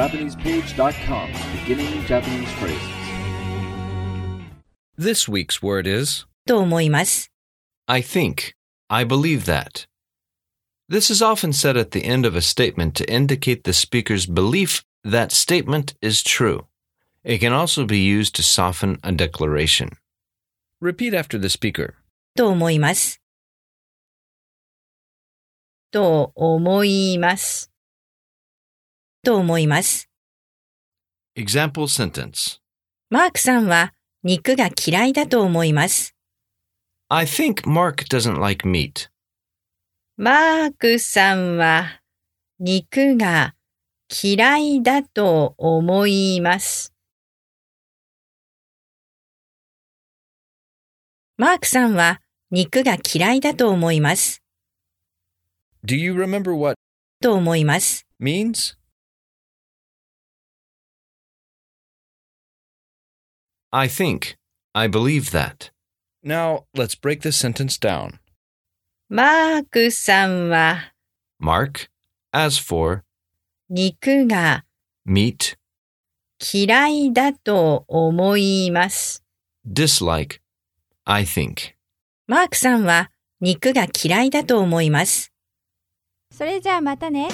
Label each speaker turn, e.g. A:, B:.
A: JapanesePage.com, beginning Japanese phrases.
B: This week's word is
C: と思います。
B: I think. I believe that. This is often said at the end of a statement to indicate the speaker's belief that statement is true. It can also be used to soften a declaration. Repeat after the speaker.
C: と思います。と思います。と思います。
B: Example sentence
C: マークさんは肉が嫌いだと思います。
B: I think Mark doesn't like meat.
C: マークさんは肉が嫌いだと思います。マークさんは肉が嫌いだと思います。
B: Do you remember what
C: と思います。
B: means? I think. I believe that. Now, let's break this sentence down.
C: マークさんは
B: Mark, as for,
C: 肉が
B: meat,
C: 嫌いだと思います。
B: dislike, I think.
C: マークさんは肉が嫌いだと思います。
D: それじゃあまたね。